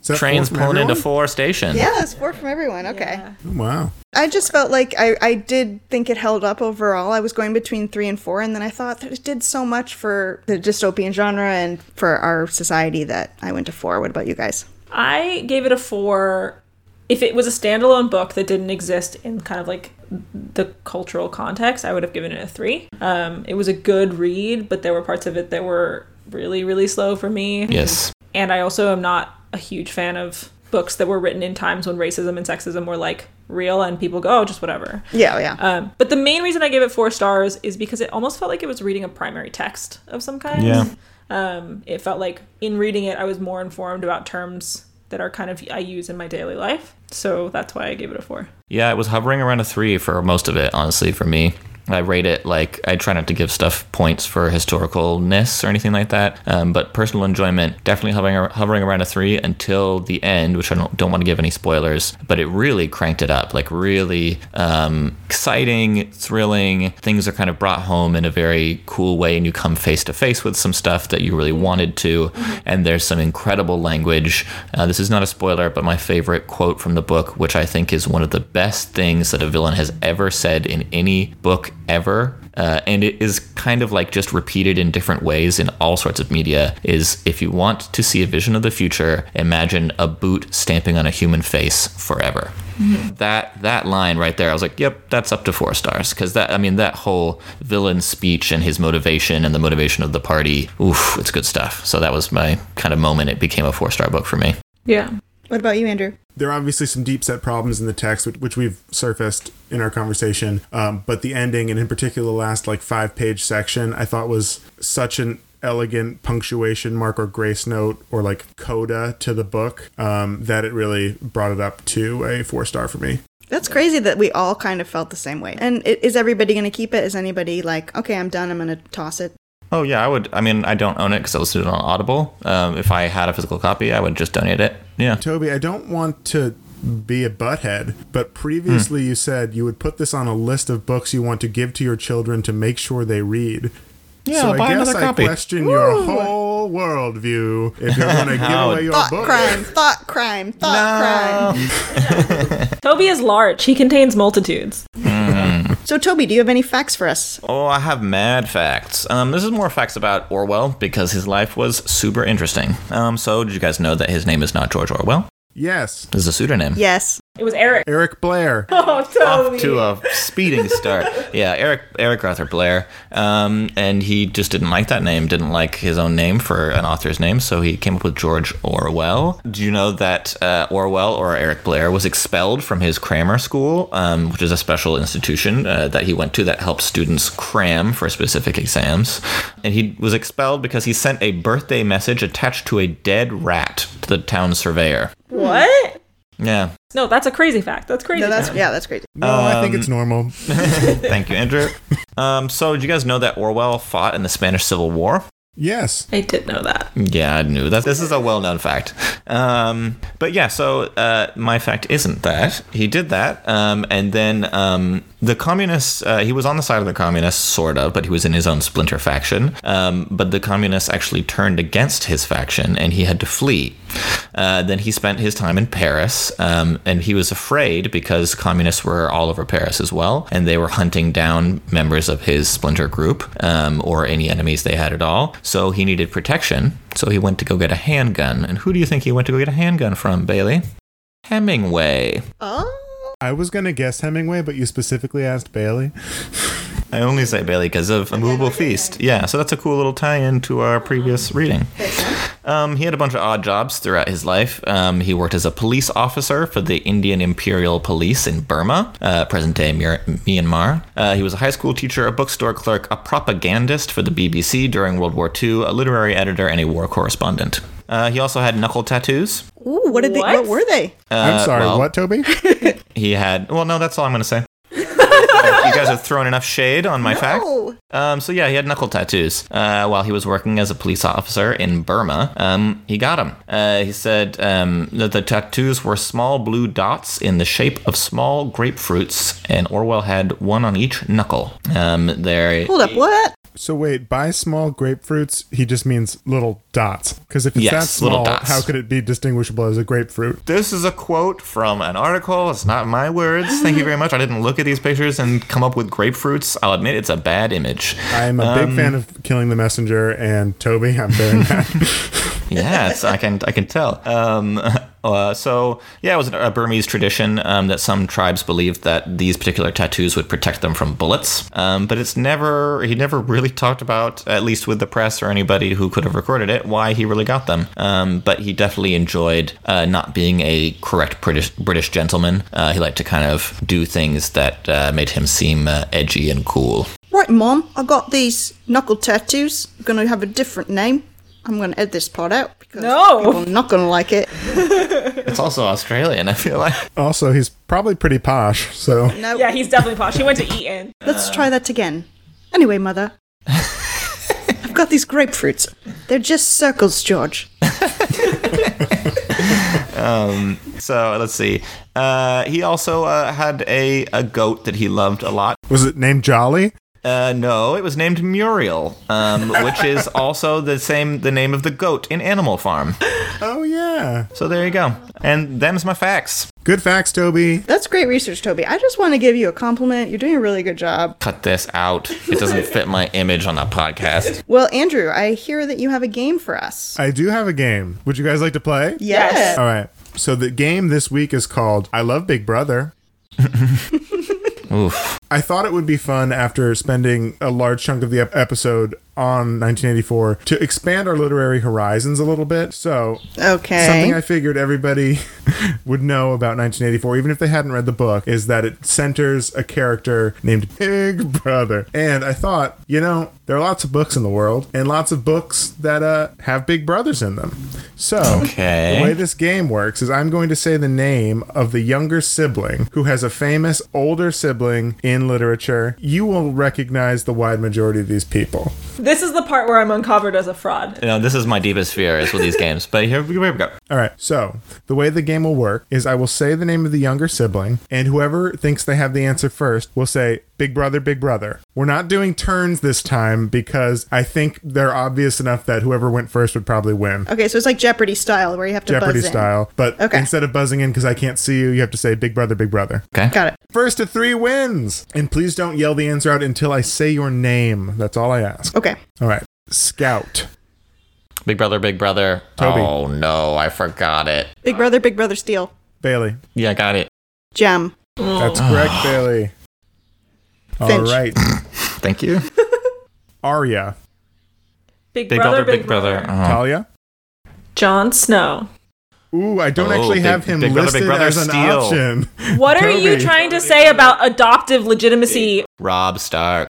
Speaker 4: that
Speaker 2: Trains
Speaker 4: four from
Speaker 2: pulling into
Speaker 4: everyone?
Speaker 2: four stations.
Speaker 1: Yeah, that's four from everyone. Okay.
Speaker 4: Wow.
Speaker 1: I just felt like I, I did think it held up overall. I was going between three and four, and then I thought that it did so much for the dystopian genre and for our society that I went to four. What about you guys?
Speaker 3: I gave it a four. If it was a standalone book that didn't exist in kind of like the cultural context, I would have given it a three. Um, it was a good read, but there were parts of it that were really, really slow for me.
Speaker 2: Yes.
Speaker 3: And I also am not a huge fan of books that were written in times when racism and sexism were like real and people go, oh, just whatever.
Speaker 1: Yeah, yeah.
Speaker 3: Um, but the main reason I gave it four stars is because it almost felt like it was reading a primary text of some kind.
Speaker 2: Yeah.
Speaker 3: Um, it felt like in reading it, I was more informed about terms that are kind of I use in my daily life. So that's why I gave it a four.
Speaker 2: Yeah, it was hovering around a three for most of it, honestly, for me. I rate it like I try not to give stuff points for historicalness or anything like that, um, but personal enjoyment definitely hovering ar- hovering around a three until the end, which I don't don't want to give any spoilers. But it really cranked it up, like really um, exciting, thrilling. Things are kind of brought home in a very cool way, and you come face to face with some stuff that you really wanted to. And there's some incredible language. Uh, this is not a spoiler, but my favorite quote from the book, which I think is one of the best things that a villain has ever said in any book ever. Uh, and it is kind of like just repeated in different ways in all sorts of media. Is if you want to see a vision of the future, imagine a boot stamping on a human face forever that that line right there, I was like, "Yep, that's up to four stars." Because that, I mean, that whole villain speech and his motivation and the motivation of the party, oof, it's good stuff. So that was my kind of moment. It became a four star book for me.
Speaker 3: Yeah.
Speaker 1: what about you, Andrew?
Speaker 4: There are obviously some deep set problems in the text, which- which we've surfaced in our conversation. Um, but the ending, and in particular, the last like five page section, I thought was such an elegant punctuation mark or grace note or like coda to the book um, that it really brought it up to a four star for me.
Speaker 1: That's crazy that we all kind of felt the same way. And i- is everybody going to keep it? Is anybody like, okay, I'm done. I'm going to toss it?
Speaker 2: Oh yeah, I would. I mean, I don't own it because I listened to it on Audible. Um, if I had a physical copy, I would just donate it. Yeah.
Speaker 4: Toby, I don't want to be a butthead, but previously you said you would put this on a list of books you want to give to your children to make sure they read.
Speaker 2: Yeah,
Speaker 4: so I
Speaker 2: buy
Speaker 4: guess
Speaker 2: another
Speaker 4: I
Speaker 2: copy.
Speaker 4: question your whole whole world view if you're going to give
Speaker 2: How
Speaker 4: away your
Speaker 1: Thought
Speaker 4: book.
Speaker 1: crime, thought crime, thought crime.
Speaker 3: Toby is large. He contains multitudes.
Speaker 1: So, Toby, do you have any facts for us?
Speaker 2: Oh, I have mad facts. Um, this is more facts about Orwell because his life was super interesting. Um, so, did you guys know that his name is not George Orwell?
Speaker 4: Yes.
Speaker 2: This is a pseudonym.
Speaker 1: Yes.
Speaker 3: It was Eric.
Speaker 4: Eric Blair.
Speaker 3: Oh,
Speaker 2: Off
Speaker 3: Toby.
Speaker 2: to a speeding start. Yeah, Eric Eric Arthur Blair, um, and he just didn't like that name. Didn't like his own name for an author's name, so he came up with George Orwell. Do you know that uh, Orwell or Eric Blair was expelled from his Cramer School, um, which is a special institution uh, that he went to that helps students cram for specific exams, and he was expelled because he sent a birthday message attached to a dead rat to the town surveyor.
Speaker 3: What?
Speaker 2: Yeah,
Speaker 3: No, that's a crazy fact. That's crazy.
Speaker 1: No, that's yeah, that's crazy.
Speaker 4: No, I
Speaker 2: Um,
Speaker 4: think it's normal.
Speaker 2: Thank you, Andrew. Um, so, did you guys know that Orwell fought in the Spanish Civil War?
Speaker 4: Yes.
Speaker 3: I did know that.
Speaker 2: Yeah, I knew that. This is a well-known fact. Um, but yeah, so uh, my fact isn't that he did that, um, and then um, the communists. Uh, he was on the side of the communists, sort of, but he was in his own splinter faction. Um, but the communists actually turned against his faction, and he had to flee. Uh, then he spent his time in Paris, um, and he was afraid because communists were all over Paris as well, and they were hunting down members of his splinter group um, or any enemies they had at all. So he needed protection. So he went to go get a handgun. And who do you think he went to go get a handgun from, Bailey? Hemingway.
Speaker 1: Oh,
Speaker 4: I was going to guess Hemingway, but you specifically asked Bailey.
Speaker 2: I only say Bailey because of A Movable Feast. Yeah, so that's a cool little tie in to our previous reading. Um, he had a bunch of odd jobs throughout his life. Um, he worked as a police officer for the Indian Imperial Police in Burma, uh, present day Mir- Myanmar. Uh, he was a high school teacher, a bookstore clerk, a propagandist for the BBC during World War II, a literary editor, and a war correspondent. Uh, he also had knuckle tattoos.
Speaker 1: Ooh, what did they?
Speaker 3: What?
Speaker 1: What were they?
Speaker 4: I'm sorry,
Speaker 2: Uh, well-
Speaker 4: what, Toby?
Speaker 2: He had. Well, no, that's all I'm going to say. you guys have thrown enough shade on my fact.
Speaker 1: Oh,
Speaker 2: Um, so yeah, he had knuckle tattoos uh, while he was working as a police officer in Burma. Um, he got them. Uh, he said um, that the tattoos were small blue dots in the shape of small grapefruits, and Orwell had one on each knuckle. Um, there.
Speaker 1: hold up, what?
Speaker 4: So wait, by small grapefruits, he just means little dots. Because if it's
Speaker 2: Yes,
Speaker 4: that
Speaker 2: little
Speaker 4: small,
Speaker 2: dots.
Speaker 4: how could it be distinguishable as a grapefruit?
Speaker 2: This is a quote from an article. It's not my words. Thank you very much. I didn't look at these pictures and come up with grapefruits. I'll admit it's a bad image.
Speaker 4: I'm a
Speaker 2: Um,
Speaker 4: big fan of Killing the Messenger and Toby. I'm very mad.
Speaker 2: yes, I can I can tell. Um, uh, so yeah, it was a Burmese tradition um, that some tribes believed that these particular tattoos would protect them from bullets. Um, but it's never he never really talked about, at least with the press or anybody who could have recorded it, why he really got them. Um, but he definitely enjoyed uh, not being a correct British British gentleman. Uh, he liked to kind of do things that uh, made him seem uh, edgy and cool.
Speaker 1: Right, Mom, I got these knuckle tattoos. I'm gonna have a different name. I'm gonna edit this part out because
Speaker 3: No.
Speaker 1: people are not gonna like it.
Speaker 2: It's also Australian, I feel like.
Speaker 4: also, he's probably pretty posh, so
Speaker 1: No,
Speaker 3: Yeah, he's definitely posh. He went to E Eton.
Speaker 1: let's try that again. Anyway, Mother, I've got these grapefruits. They're just circles, George.
Speaker 2: So let's see. Uh, he also uh, had a, a goat that he loved a lot.
Speaker 4: was it named Jolly?
Speaker 2: Uh, no, it was named Muriel, um, which is also the same the name of the goat in Animal Farm.
Speaker 4: Oh yeah,
Speaker 2: So there you go. And them's my facts.
Speaker 4: good facts, Toby.
Speaker 1: That's great research, Toby. I just want to give you a compliment. You're doing a really good job.
Speaker 2: Cut this out. It doesn't fit my image on a podcast.
Speaker 1: Well, Andrew, I hear that you have a game for us.
Speaker 4: I do have a game. Would you guys like to play?
Speaker 1: Yes.
Speaker 3: Yes.
Speaker 4: All right. So the game this week is called "I Love Big Brother."
Speaker 2: Oof.
Speaker 4: I thought it would be fun after spending a large chunk of the ep- episode on 1984 to expand our literary horizons a little bit. So Something
Speaker 1: Okay.
Speaker 4: I figured everybody would know about 1984, even if they hadn't read the book, is that it centers a character named Big Brother. And I thought, you know, there are lots of books in the world, and lots of books that uh, have Big Brothers in them. So,
Speaker 2: Okay.
Speaker 4: the way this game works is I'm going to say the name of the younger sibling who has a famous older sibling in literature. You will recognize the wide majority of these people.
Speaker 3: This is the part where I'm uncovered as a fraud.
Speaker 2: You know, this is my deepest fear is with these games. But here we here we go.
Speaker 4: All right. So the way the game game will work is I will say the name of the younger sibling, and whoever thinks they have the answer first will say, Big brother, big brother. We're not doing turns this time because I think they're obvious enough that whoever went first would probably win.
Speaker 1: Okay, so it's like Jeopardy style where you have to
Speaker 4: Jeopardy
Speaker 1: buzz in.
Speaker 4: style. But
Speaker 1: Okay.
Speaker 4: instead of buzzing in because I can't see you, you have to say, Big brother, big brother.
Speaker 2: Okay.
Speaker 1: Got it.
Speaker 4: First to three wins. And please don't yell the answer out until I say your name. That's all I ask.
Speaker 1: Okay.
Speaker 4: All right. Scout.
Speaker 2: Big Brother, Big Brother.
Speaker 4: Toby.
Speaker 2: Oh no, I forgot it.
Speaker 1: Big brother, big brother steal.
Speaker 4: Bailey.
Speaker 2: Yeah, I got it.
Speaker 1: Gem.
Speaker 4: That's correct, Bailey. All
Speaker 1: Finch.
Speaker 4: right.
Speaker 2: Thank you.
Speaker 4: Arya.
Speaker 3: Big,
Speaker 2: Big
Speaker 3: brother,
Speaker 2: Brother, Big Brother. Uh-huh.
Speaker 4: Talia.
Speaker 3: Jon Snow.
Speaker 4: Ooh, I don't
Speaker 2: Oh,
Speaker 4: actually
Speaker 2: Big-
Speaker 4: have him
Speaker 2: Big Brother,
Speaker 4: listed
Speaker 2: Big Brother
Speaker 4: as an
Speaker 2: Steel.
Speaker 4: option.
Speaker 3: What are you
Speaker 4: Toby.
Speaker 3: trying to say about adoptive legitimacy?
Speaker 2: Rob Stark.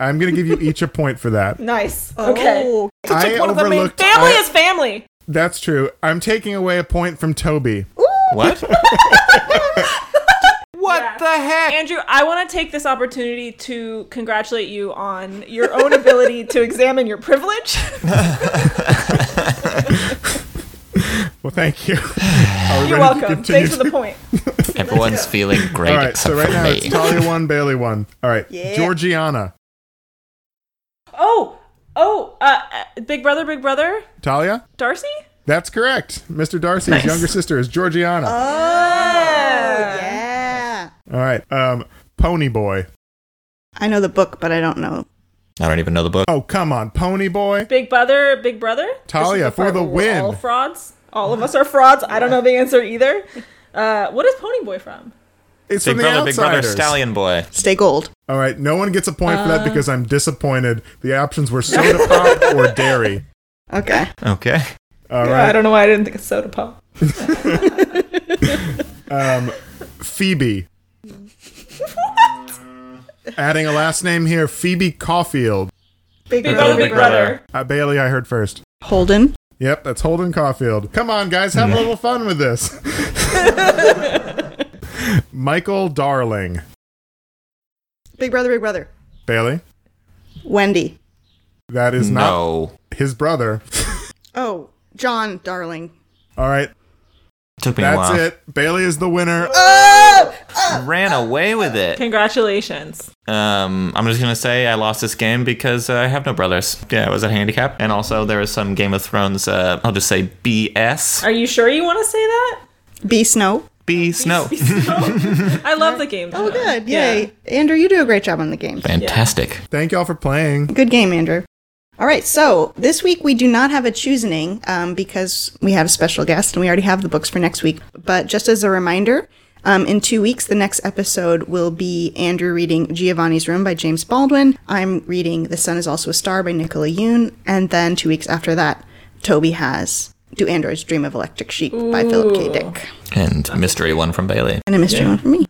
Speaker 4: I'm gonna give you each a point for that.
Speaker 3: Nice. Okay.
Speaker 1: Oh,
Speaker 4: I overlooked.
Speaker 3: Family
Speaker 4: I-
Speaker 3: is family.
Speaker 4: that's true. I'm taking away a point from Toby.
Speaker 2: What? what
Speaker 3: Yeah.
Speaker 2: the heck?
Speaker 3: Andrew, I want to take this opportunity to congratulate you on your own ability to examine your privilege.
Speaker 4: Well, thank you. Are we
Speaker 3: You're
Speaker 4: ready to
Speaker 3: welcome.
Speaker 4: continue?
Speaker 3: Thanks for the point.
Speaker 2: Everyone's feeling great
Speaker 4: All right.
Speaker 2: except
Speaker 4: So right
Speaker 2: for
Speaker 4: now
Speaker 2: me.
Speaker 4: it's Talia one, Bailey one. All right.
Speaker 1: Yeah.
Speaker 4: Georgiana.
Speaker 3: Oh, oh, uh, uh, Big Brother, Big Brother,
Speaker 4: Talia.
Speaker 3: Darcy?
Speaker 4: That's correct. Mr. Darcy's
Speaker 3: Nice.
Speaker 4: younger sister is Georgiana.
Speaker 1: Oh.
Speaker 3: Oh,
Speaker 1: yeah.
Speaker 3: Uh.
Speaker 4: All right. Um, Pony Boy.
Speaker 1: I know the book, but I don't know.
Speaker 2: I don't even know the book.
Speaker 4: Oh, come on, Pony Boy.
Speaker 3: Big Brother, Big Brother? This is
Speaker 4: Talia, for
Speaker 3: part
Speaker 4: the
Speaker 3: where we're
Speaker 4: win.
Speaker 3: All frauds. All of us are frauds. I don't know the answer either. Uh, what is Ponyboy from?
Speaker 4: It's
Speaker 2: Big
Speaker 4: from the
Speaker 2: Brother, Big Brother,
Speaker 4: Outsiders.
Speaker 2: Stallion Boy.
Speaker 1: Stay gold.
Speaker 4: All right, no one gets a point for
Speaker 3: Uh.
Speaker 4: that because I'm disappointed. The options were soda pop or dairy.
Speaker 1: Okay.
Speaker 2: Okay.
Speaker 4: All
Speaker 3: I
Speaker 4: right,
Speaker 3: don't know why I didn't think of Soda Pop.
Speaker 4: um, Phoebe. Adding a last name here, Phoebe Caulfield.
Speaker 3: Big Brother, Big Brother.
Speaker 4: Uh, Bailey, I heard first.
Speaker 1: Holden.
Speaker 4: Yep, that's Holden Caulfield. Come on, guys, have a little fun with this. Michael Darling.
Speaker 1: Big brother, big brother.
Speaker 4: Bailey,
Speaker 1: Wendy.
Speaker 4: that is not
Speaker 2: No.
Speaker 4: his brother.
Speaker 1: Oh, John, darling.
Speaker 4: All right,
Speaker 2: Took me a
Speaker 4: that's
Speaker 2: while.
Speaker 4: it. Bailey is the winner.
Speaker 3: Uh.
Speaker 2: Ran away with it.
Speaker 3: Congratulations.
Speaker 2: Um, I'm just gonna say I lost this game because uh, I have no brothers. Yeah, I was at handicap, and also there was some Game of Thrones. Uh, I'll just say BS.
Speaker 3: Are you sure you want to say that?
Speaker 1: B. Snow.
Speaker 2: B Snow.
Speaker 3: I love the game.
Speaker 1: Oh, good. Yay. Andrew, you do a great job on the game.
Speaker 2: Fantastic.
Speaker 4: Thank y'all for playing.
Speaker 1: Good game, Andrew. All right, so this week we do not have a choosening um, because we have a special guest and we already have the books for next week. But just as a reminder, um, in two weeks, the next episode will be Andrew reading Giovanni's Room by James Baldwin. I'm reading The Sun is Also a Star by Nicola Yoon. And then two weeks after that, Toby has Do Androids Dream of Electric Sheep by Philip K. Dick.
Speaker 2: And mystery one from Bailey.
Speaker 1: And a mystery one for me.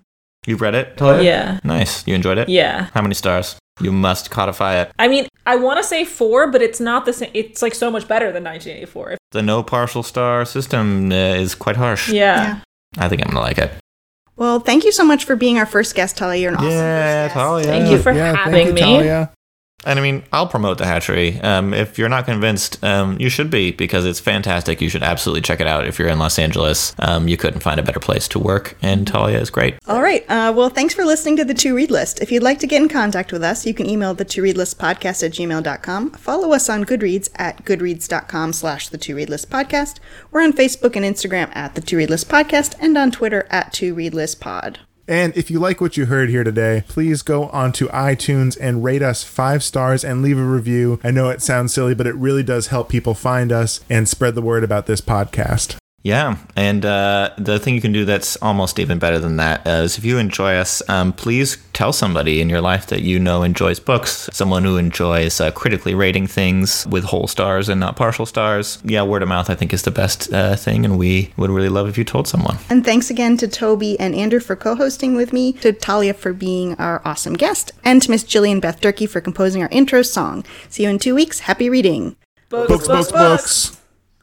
Speaker 2: You've read it?
Speaker 3: Yeah.
Speaker 2: Nice. You enjoyed it?
Speaker 3: Yeah.
Speaker 2: How many stars? You must codify it.
Speaker 3: I mean, I want to say four, but it's not the same. It's like so much better than 1984.
Speaker 2: The no partial star system uh, is quite harsh.
Speaker 3: Yeah.
Speaker 1: Yeah.
Speaker 2: I think I'm gonna like it.
Speaker 1: Well, thank you so much for being our first guest, Talia. You're an awesome
Speaker 2: yeah,
Speaker 1: first guest.
Speaker 2: Talia.
Speaker 3: Thank you for
Speaker 4: Uh, Yeah,
Speaker 3: having
Speaker 4: thank you,
Speaker 3: me.
Speaker 4: Talia.
Speaker 2: And I mean, I'll promote the hatchery. Um, if you're not convinced, um, you should be because it's fantastic. You should absolutely check it out if you're in Los Angeles. Um, you couldn't find a better place to work, and Talia is great.
Speaker 1: All right. Uh, well, thanks for listening to the To Read List. If you'd like to get in contact with us, you can email the To Read List podcast at gmail.com. Follow us on Goodreads at goodreads.com slash the To Read List podcast. We're on Facebook and Instagram at the To Read List podcast and on Twitter at To Read List pod.
Speaker 4: And if you like what you heard here today, please go onto iTunes and rate us five stars and leave a review. I know it sounds silly, but it really does help people find us and spread the word about this podcast.
Speaker 2: Yeah, and uh, the thing you can do that's almost even better than that is if you enjoy us, um, please tell somebody in your life that you know enjoys books, someone who enjoys uh, critically rating things with whole stars and not partial stars. Yeah, word of mouth I think is the best uh, thing, and we would really love if you told someone.
Speaker 1: And thanks again to Toby and Andrew for co hosting with me, to Talia for being our awesome guest, and to Miss Jillian Beth Durkee for composing our intro song. See you in two weeks. Happy reading.
Speaker 4: Books, books, books.